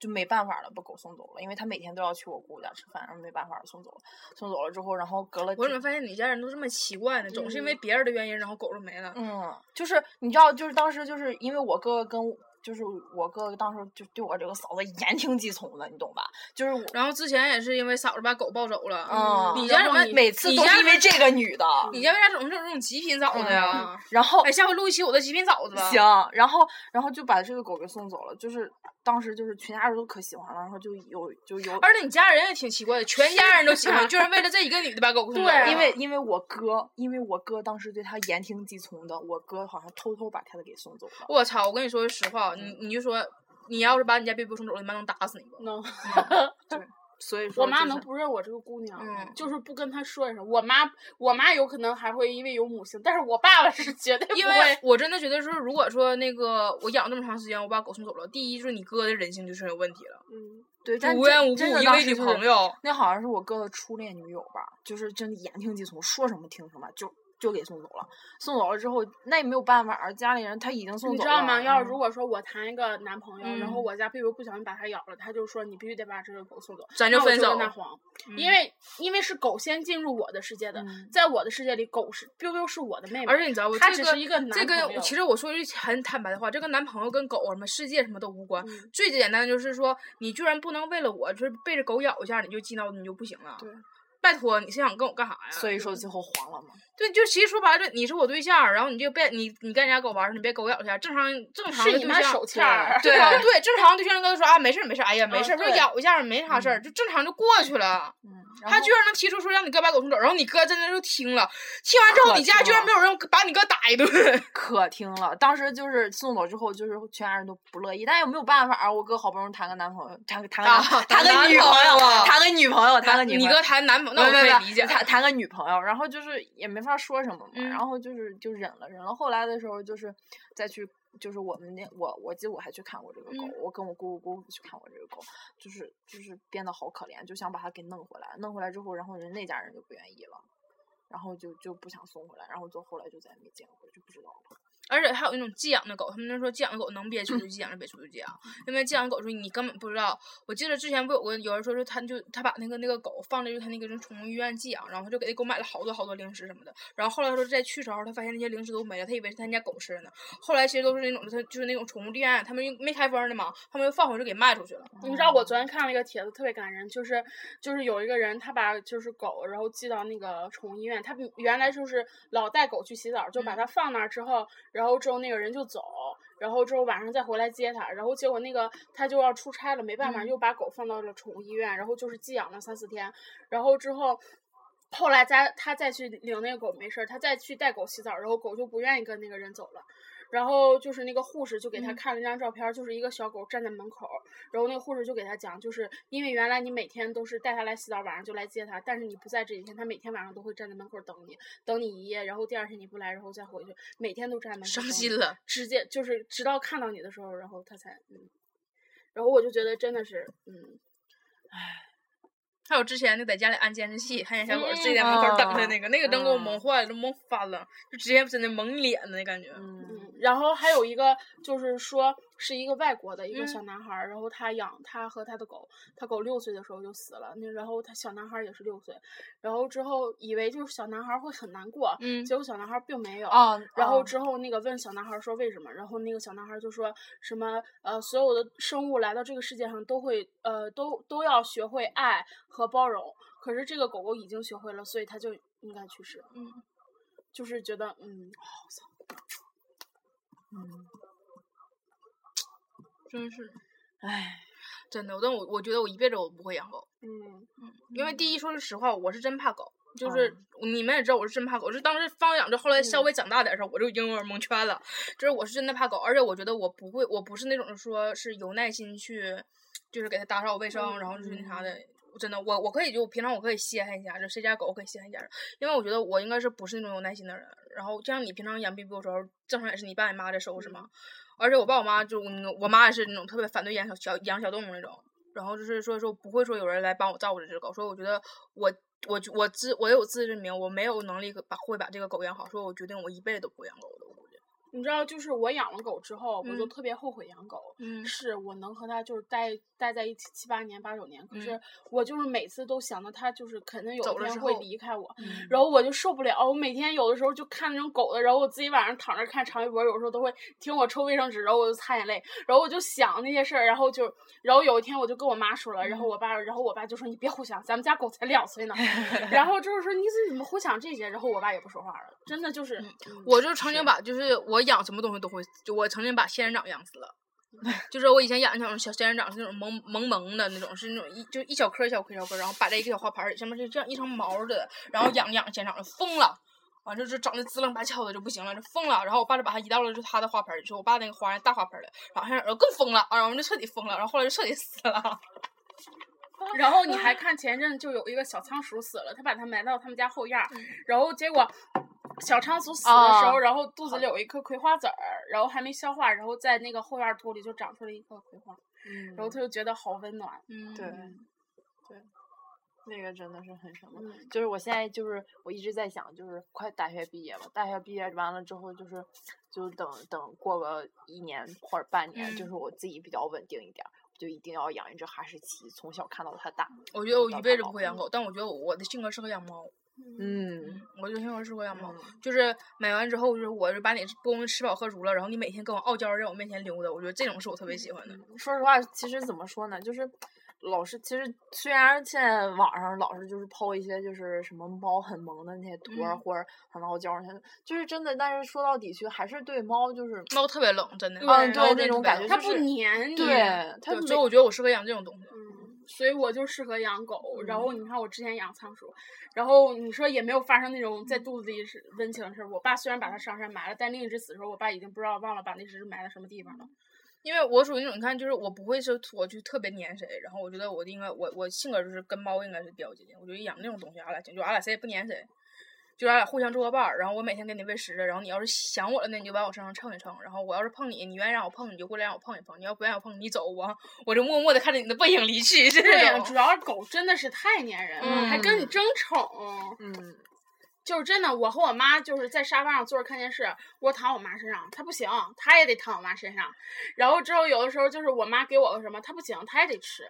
就没办法了，把狗送走了，因为他每天都要去我姑姑家吃饭，然后没办法了，送走了。送走了之后，然后隔了
<laughs> 我
几
怎么发现你家人都这么奇怪
嗯
呢？总是因为别人的原因，然后狗就没了。
嗯，就是你知道，就是当时就是因为我哥跟我就是我哥当时就对我这个嫂子言听计从的，你懂吧？就是我。
然后之前也是因为嫂子把狗抱走了。
嗯，
你
然
家怎
后
么
每次
你
都
家
是因为这个女的，
你家为啥总是有这种极品嫂子呀？
然后
哎，下回录一期我的极品嫂子吧。
行，然后然后就把这个狗给送走了，就是当时就是全家人都可喜欢了，然后就有就有，
而且你家人也挺奇怪的，全家人都喜 <laughs> 欢，就是为了这一个女的把狗送走了。
对
因为因为我哥，因为我哥当时对他言听计从的，我哥好像偷偷把他的给送走了。
我操！我跟你说句实话，你你就说，你要是把你家 baby 送走了，你妈能打死你不？
能。
所以说、
我妈
就是
能不认我这个姑娘，
嗯
就是不跟她说一声。我妈，我妈有可能还会因为有母性，但是我爸爸是绝对不
因
会
为。我真的觉得说，如果说那个我养这么长时间，我把狗送走了，第一就是你哥的人性就是有问题了，
嗯，
对，
就
但
无
真
缘无故
真的
因
当
为
时
女
就
朋
是
友，
那好像是我哥的初恋女友吧，就是真的言听计从，说什么听什么，就就给送走了。送走了之后，那也没有办法儿，家里人他已经送走了。
你知道吗？要是
嗯
如果说我谈一个男朋友，然后
嗯
我家贝贝不小心把他咬了，他就说你必须得把这个狗送走，
咱
那
就
我
分
就
手
跟。他黄，
嗯
因为因为是狗先进入我的世界的，
嗯
在我的世界里，狗是 biu 是我的妹妹，
而且你知道不？
他
这
只
个
是一个男
这
朋友
跟其实我说句很坦白的话，这跟男朋友跟狗什么世界什么都无关。
嗯
最简单的就是说，你居然不能为了我，就是被这狗咬一下你就激恼你就不行了。
对。
拜托，你是想跟我干啥呀？
所以说最后黄了嘛。
对，就其实说白了，你是我对象，然后你就别你你跟人家狗玩儿，你别狗咬一下，正常正常
是
的
你
对
妈
象
手欠儿 <laughs>
对啊对，正常的对象应该都说啊没事儿没事儿，哎呀没
啊
事儿，不是
对嗯
咬一下儿没啥事儿，就正常就过去了。
嗯，
他居然能提出说让你哥把狗送走，然后你哥真的就听了，听完之后
可
你家居然没有人把你哥打一顿，
可听了，当时就是送走之后，就是全家人都不乐意，但也没有办法儿。我哥好不容易谈个男朋友，谈个谈个男、
啊
谈个
谈
女
男
朋
朋
友
友啊，
谈个女朋友，谈个女朋
你
友。
哥谈男朋友，那我
没没
可
没
以理解。
谈谈个女朋友，然后就是也没法说什么嘛，
嗯
然后就是就忍了忍了。后来的时候就是再去，就是我们那我我记得我还去看过这个
嗯
狗，我跟我姑姑姑父去看过这个狗，就是就是变得好可怜，就想把它给弄回来，弄回来之后，然后人那家人就不愿意了。然后就就不想送回来，然后就后来就再也没见过，就不知道了。
而且还有那种寄养的狗，他们就说寄养的狗能憋出就寄养，就憋出就寄养，因为寄养的狗说你根本不知道。我记得之前不有个有人说是他就他把那个那个狗放在就他那个就是宠物医院寄养，然后他就给那狗买了好多好多零食什么的。然后后来说在去时候他发现那些零食都没了，他以为是他家狗吃的呢。后来其实都是那种他就是那种宠物店，他们又没开封的嘛，他们又放回去给卖出去了。
你知道我昨天看了一个帖子，特别感人，就是就是有一个人他把就是狗，然后寄到那个宠物医院，他比原来就是老带狗去洗澡，就把它放那儿之后，然后之后那个人就走，然后之后晚上再回来接它，然后结果那个他就要出差了，没办法又把狗放到了宠物医院，然后就是寄养了三四天，然后之后。后来再他再去领那个狗没事儿，他再去带狗洗澡，然后狗就不愿意跟那个人走了，然后就是那个护士就给他
嗯
看了一张照片儿，就是一个小狗站在门口儿，然后那个护士就给他讲，就是因为原来你每天都是带它来洗澡，晚上就来接它，但是你不在这几天，它每天晚上都会站在门口儿等你，等你一夜，然后第二天你不来，然后再回去，每天都站在门口儿
伤
等
心
你
了，
直接就是直到看到你的时候，然后它才嗯，然后我就觉得真的是嗯，
还有之前那在家里安监视器，看见小狗睡在门口等着那个，那个真给我蒙坏了，都蒙翻了，就直接真的蒙脸的那感觉。
嗯
嗯，然后还有一个就是说，是一个外国的一个
嗯
小男孩儿，然后他养他和他的狗，他狗六岁的时候就死了，那然后他小男孩儿也是六岁，然后之后以为就是小男孩儿会很难过，
嗯
结果小男孩儿并没有，
哦，
然后
哦
之后那个问小男孩儿说为什么，然后那个小男孩儿就说什么呃，所有的生物来到这个世界上都会呃都都要学会爱和包容，可是这个狗狗已经学会了，所以它就应该去世。
嗯，
就是觉得嗯，
真是
唉，
真的。但我我觉得我一辈子我不会养狗，
嗯
因为第一说是实话，我是真怕狗。就是你们也知道，我是真怕狗。我是当时放养着，后来稍微长大点的时候，我就已经有点蒙圈了。就是我是真的怕狗，而且我觉得我不会，我不是那种说是有耐心去，就是给它打扫卫生，然后就是那啥的。真的，我我可以就平常我可以稀罕一下，就谁家狗我可以稀罕一下，因为我觉得我应该是不是那种有耐心的人。然后就像你平常养 BB 的时候，正常也是你爸你妈在收拾嘛。而且我爸我妈就我妈也是那种特别反对养小小养小动物那种。然后就是说说不会说有人来帮我照顾这只狗，所以我觉得我我我自我有自知之明，我没有能力把会把这个狗养好，所以我决定我一辈子都不会养狗的，我估计。
你知道，就是我养了狗之后，我就
嗯
特别后悔养狗。
嗯
是我能和它就是待待在一起七八年、八九年，可
嗯
是我就是每次都想到它就是肯定有
走
一
了
天
之
会
后
离开我，
嗯
然后我就受不了。我每天有的时候就看那种狗的，然后我自己晚上躺着看长微博，有时候都会听我抽卫生纸，然后我就擦眼泪，然后我就想那些事儿，然后就，然后有一天我就跟我妈说了，
嗯
然后我爸，然后我爸就说你别胡想，咱们家狗才两
<laughs>
岁呢，然后就是说你怎么胡想这些，然后我爸也不说话了，真的就是，嗯
我就是曾
是
经把就是我养什么东西都会，就我曾经把仙人掌养死了。就是我以前养的那种小仙人掌，是那种萌萌萌的那种，是那种一就一小颗一小颗一小颗，然后摆在一个小花盘儿里，上面就这样一层毛似的，然后养养仙人掌就疯了，完就就长得滋楞八翘的就不行了，就疯了。然后我爸就把它移到了就他的花盆儿里，就我爸那个花园大花盆儿里，然后仙人
呃
掌更疯了，啊，然后就彻底疯了，然后后来就彻底死了。
<laughs> 然后你还看前一阵就有一个小仓鼠死了，他把它埋到他们家后院儿，
嗯
然后结果小仓鼠死的时候，
哦
然后肚子里有一颗葵花籽儿，然后还没消化，然后在那个后院儿土里就长出了一颗葵花，
嗯
然后他就觉得好温暖。
嗯，
对对，那个真的是很什么。
嗯
就是我现在就是我一直在想，就是快大学毕业吧，大学毕业完了之后，就是就等等过个一年或者半年，就
嗯
是我自己比较稳定一点儿，就一定要养一只哈士奇，从小看到它大。
我觉得我一辈子不会
嗯
养狗，但我觉得我我的性格适合养猫。
嗯，
我就性格适合养猫，
嗯
就是买完之后，就是我就把你供吃饱喝足了，然后你每天跟我傲娇儿在我面前溜达，我觉得这种是我特别喜欢的。
说实话，其实怎么说呢，就是。老是，其实虽然现在网上老是就是抛一些就是什么猫很萌的那些图儿，
嗯
或者很傲娇儿，就是真的。但是说到底去，还是对猫就是
猫特别冷，真的。
对
嗯，
然后
真的
那
特别
种感觉
冷
它
就
不
是
粘你，
对它
对
没
所以我觉得我适合养这种东西。
嗯，所以我就适合养狗。然后你看，我之前养仓鼠，然后你说也没有发生那种在肚子里是温情的事儿。我爸虽然把它上山埋了，但另一只死的时候，我爸已经不知道忘了把那只埋在什么地方了。
因为我属于那种，你看，就是我不会是我去特别粘谁，然后我觉得我应该我我性格就是跟猫应该是比较接近，我觉得养那种东西，俺俩行，就俺俩谁也不粘谁，就俺俩互相做个伴儿，然后我每天给你喂食的，啊然后你要是想我了呢，你就往我身上蹭一蹭，然后我要是碰你，你愿意让我碰你就过来让我碰一碰，你要不愿意我碰你走，我我就默默的看着你的背影离去，就是
对哦
这
呀，
种
主要是狗真的是太粘人了，还跟你
嗯
争宠。
嗯，
就是真的，我和我妈就是在沙发上坐着看电视，我躺我妈身上，她不行，她也得躺我妈身上。然后之后有的时候就是我妈给我个什么，她不行，她也得吃，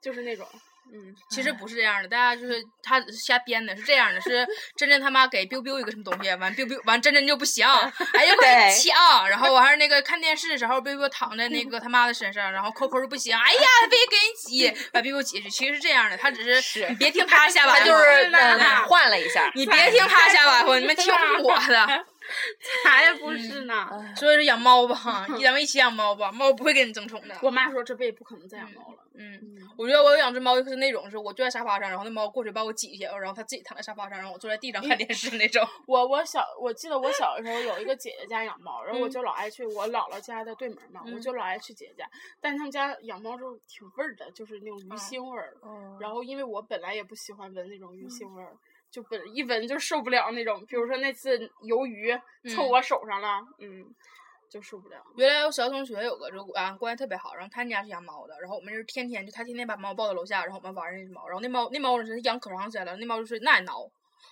就是 <laughs> 那种，嗯，
其实不是这样的，大家就是他只是瞎编的，是这样的， <laughs> 是真真他妈给 biu biu 一个什么东西，完 biu biu 完真真就不行，哎又给
对
抢， <laughs> 然后完还那个看电视的时候 biu biu 躺在那个他妈的身上，然后扣扣就不行，哎 <laughs> 呀非给你挤，把 biu biu 挤去，其实是这样的，他只是
是
你别听 <laughs> 他瞎
它
白活，
就是
那
嗯
那
换了一下儿。
你别听他瞎白活，你 <laughs> 们听我的，
啥也不是呢。
<laughs> 所以说养猫 <laughs> 吧，咱们一起养猫吧，猫不会跟你争宠的。
我妈说这辈子不可能再养猫了。
嗯
嗯，
我觉得我有养只猫，就是那种是我坐在沙发上，然后那猫过去把我挤一下，然后它自己躺在沙发上，然后我坐在地上看电视那种。
我我小我记得我小的时候有一个姐姐家养猫，然后我
嗯
就老爱去我姥姥家的对门嘛，我
嗯
就老爱去姐姐家，但他们家养猫就挺味儿的，就是那种鱼
嗯
腥味儿。
嗯
然后因为我本来也不喜欢闻那种鱼
嗯
腥味儿，就本一闻就受不了那种。比如说那次鱿鱼凑
嗯
我手上了，嗯就受不了。
原来我小学同学有个就啊关系特别好，然后他们家是养猫的，然后我们就是天天就他天天把猫抱到楼下，然后我们玩儿那只猫，然后那猫那猫真是养可长时间了，那猫就是那也挠，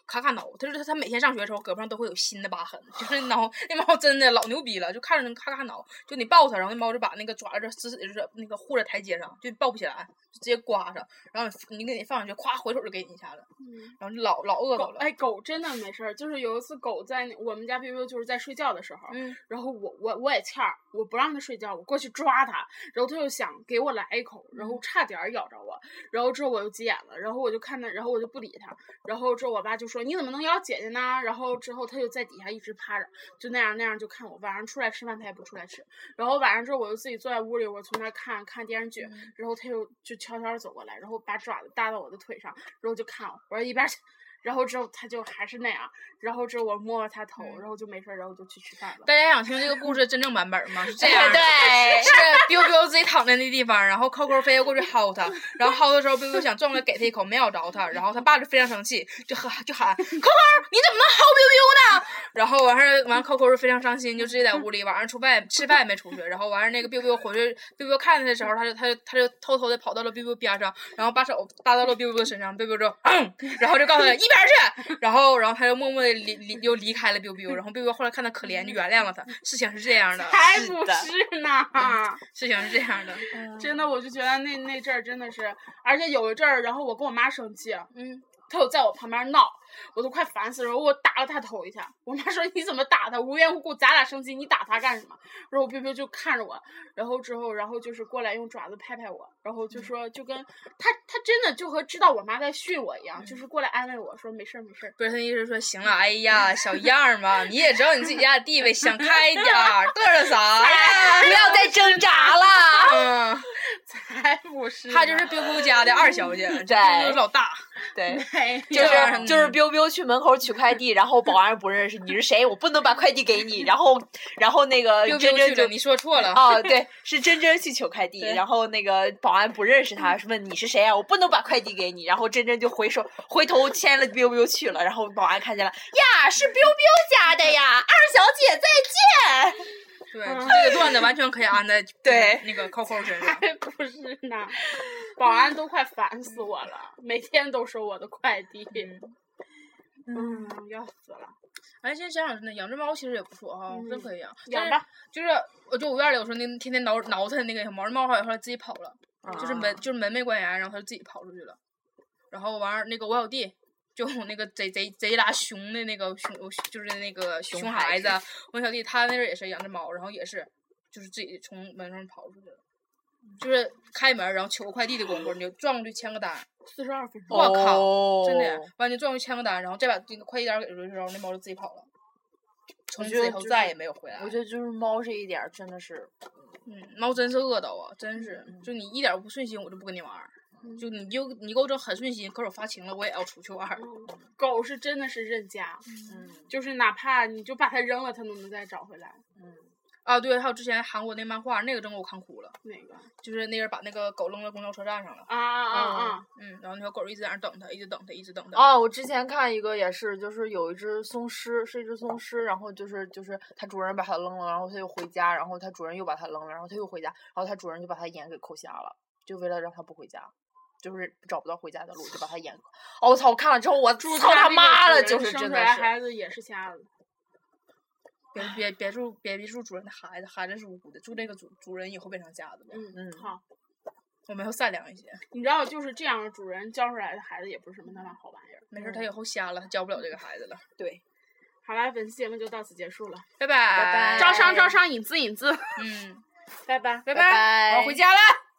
卡卡挠，他就是他每天上学的时候胳膊上都会有新的疤痕，就是挠那猫真的老牛逼了，就看着能咔咔挠，就你抱它，然后那猫就把那个爪子死死就是那个护着台阶上，就抱不起来，就直接刮上，然后你你给你放上去，咵回手就给你一下子，
嗯
然后就老老饿着
狗
了。
哎，狗真的没事儿。就是有一次狗在我们家 BB 就是在睡觉的时候，
嗯，
然后我我我也欠儿，我不让它睡觉，我过去抓它，然后它就想给我来一口，然
嗯
后差点儿咬着我，然后之后我就急眼了，然后我就看它，然后我就不理它，然后之后我爸就说你怎么能咬姐姐呢？然后之后它就在底下一直趴着，就那样那样就看我，晚上出来吃饭它也不出来吃，然后晚上之后我就自己坐在屋里，我从那儿看看电视剧，
嗯
然后它就就悄悄地走过来，然后把爪子搭到我的腿上，然后就看我，我说一边儿去。然后之后它就还是那样，然后之后我摸摸它头，
嗯
然后就没事儿，然后就去吃饭了。
大家想听这个故事真正版本吗？是这样的，
哎对
是 biu biu 自己躺在那地方，然后扣扣飞过去薅他，然后薅的时候 biu biu 想转过来给他一口，没咬着他，然后他爸就非常生气，就喊就喊扣扣，你怎么能薅 biu biu 呢？然后完事儿完扣扣就非常伤心，就直接在屋里，晚上出饭吃饭也没出去，然后完事儿那个 biu biu 回去 biu biu 看他的时候，他就他就他就偷偷的跑到了 biu biu 边上，然后把手搭到了 biu biu 的身上，biu biu 就嗯，然后就告诉他一边儿去，然后然后他就默默的离离又离开了 biu biu，然后 biu biu 后来看他可怜就原谅了他，事情是这样的，
才
是
不
的嗯
是呢！
事情是这样的，
真的，我就觉得那那阵儿真的是，而且有一阵儿，然后我跟我妈生气，
嗯。
她有在我旁边闹，我都快烦死了。然后我打了她头一下，我妈说你怎么打她？无缘无故咱俩生气，你打她干什么？然后我 biu 就看着我，然后之后，然后就是过来用爪子拍拍我，然后就说就跟她她真的就和知道我妈在训我一样，就是过来安慰我说没事儿没事儿。
不是，他意思是说，行了，哎呀，小样儿嘛，你也知道你自己家的地位，想开点儿，嘚瑟啥呀？
不要再挣扎了。
嗯，
才不是，哎
她就是彪彪家的二小姐，
对
就是老大，
<laughs> 对，
没
就
有
是就是 biu biu 去门口取快递，然后保安不认识你是谁，我不能把快递给你。然后然后那个
彪彪
真
去
真
了，
就
你说错了，
啊，对，是真真去取快递，
对
然后那个保安不认识他，是问你是谁啊？我不能把快递给你。然后真真就回手回头牵了 biu biu 去了，然后保安看见了，呀，是 biu biu 家的呀，二小姐再见。
对，这个段子完全可以安在
对
那个扣扣身
<laughs>
上。
才 <laughs> 不是呢，保安都快烦死我了，每天都收我的快递，嗯，要死了。
哎，现在想想真的，养只猫其实也不错
嗯
哈，真可以养。
养
但是
吧
就是我就我院里有时候那天天挠挠它那个小猫，那猫好像后来自己跑了。就是
啊
门就是门没关严，然后他就自己跑出去了。然后完儿那个我小弟，就我那个贼贼贼拉熊的那个熊，就是那个
熊
熊
孩
孩
子
子，我小弟他那阵儿也是养只猫，然后也是就是自己从门上跑出去了。就是开门，然后取个快递的功夫，你就撞过去签个单，
四十二分钟，
哦
我靠
靠
真的，完你就撞过去签个单，然后再把这个快递单儿给出去，然后那猫就自己跑了。从
觉
此
得
以后
就是
再也没有回来。
我觉得就是猫这一点儿真的是，
嗯，猫真是恶到啊，真是，
嗯
就你一点儿不顺心，我就不跟你玩儿。就你就你给我整很顺心，可是我发情了，我也要出去玩儿。
狗是真的是认家，
嗯
就是哪怕你就把它扔了，它都能再找回来。
嗯，
啊，对，还有之前韩国那漫画，那个真给我看哭了，
哪个？
就是那人把那个狗扔到公交车站上了，
啊啊啊啊！
嗯，然后那条狗一直在那儿等他，一直等他，一直等他。
哦，我之前看一个也是，就是有一只松狮，是一只松狮，然后就是就是它主人把它扔了，然后它又回家，然后它主人又把它扔了，然后它又回家，然后它主人就把它眼给抠瞎了，就为了让它不回家，就是找不到回家的路，就把它眼。哦，我操！我看了之后，我
祝
操
那
他
个
妈
主
了，
人
就是
生
真
出
的
来
是。
孩子也是瞎子。
别别别住别别住主人的孩子，孩子是无辜的，住这个主主人以后变成家的吧，
嗯
嗯
好，
我们要善良一些。
你知道就是这样的主人教出来的孩子也不是什么他妈好玩意儿。嗯
没事，
嗯
他以后瞎了，他教不了这个孩子了。
对，
好啦，本期节目就到此结束了，
拜
拜
拜，
拜
招商招商，引资引资，
嗯，
拜拜。
哎拜
拜
我要回家了。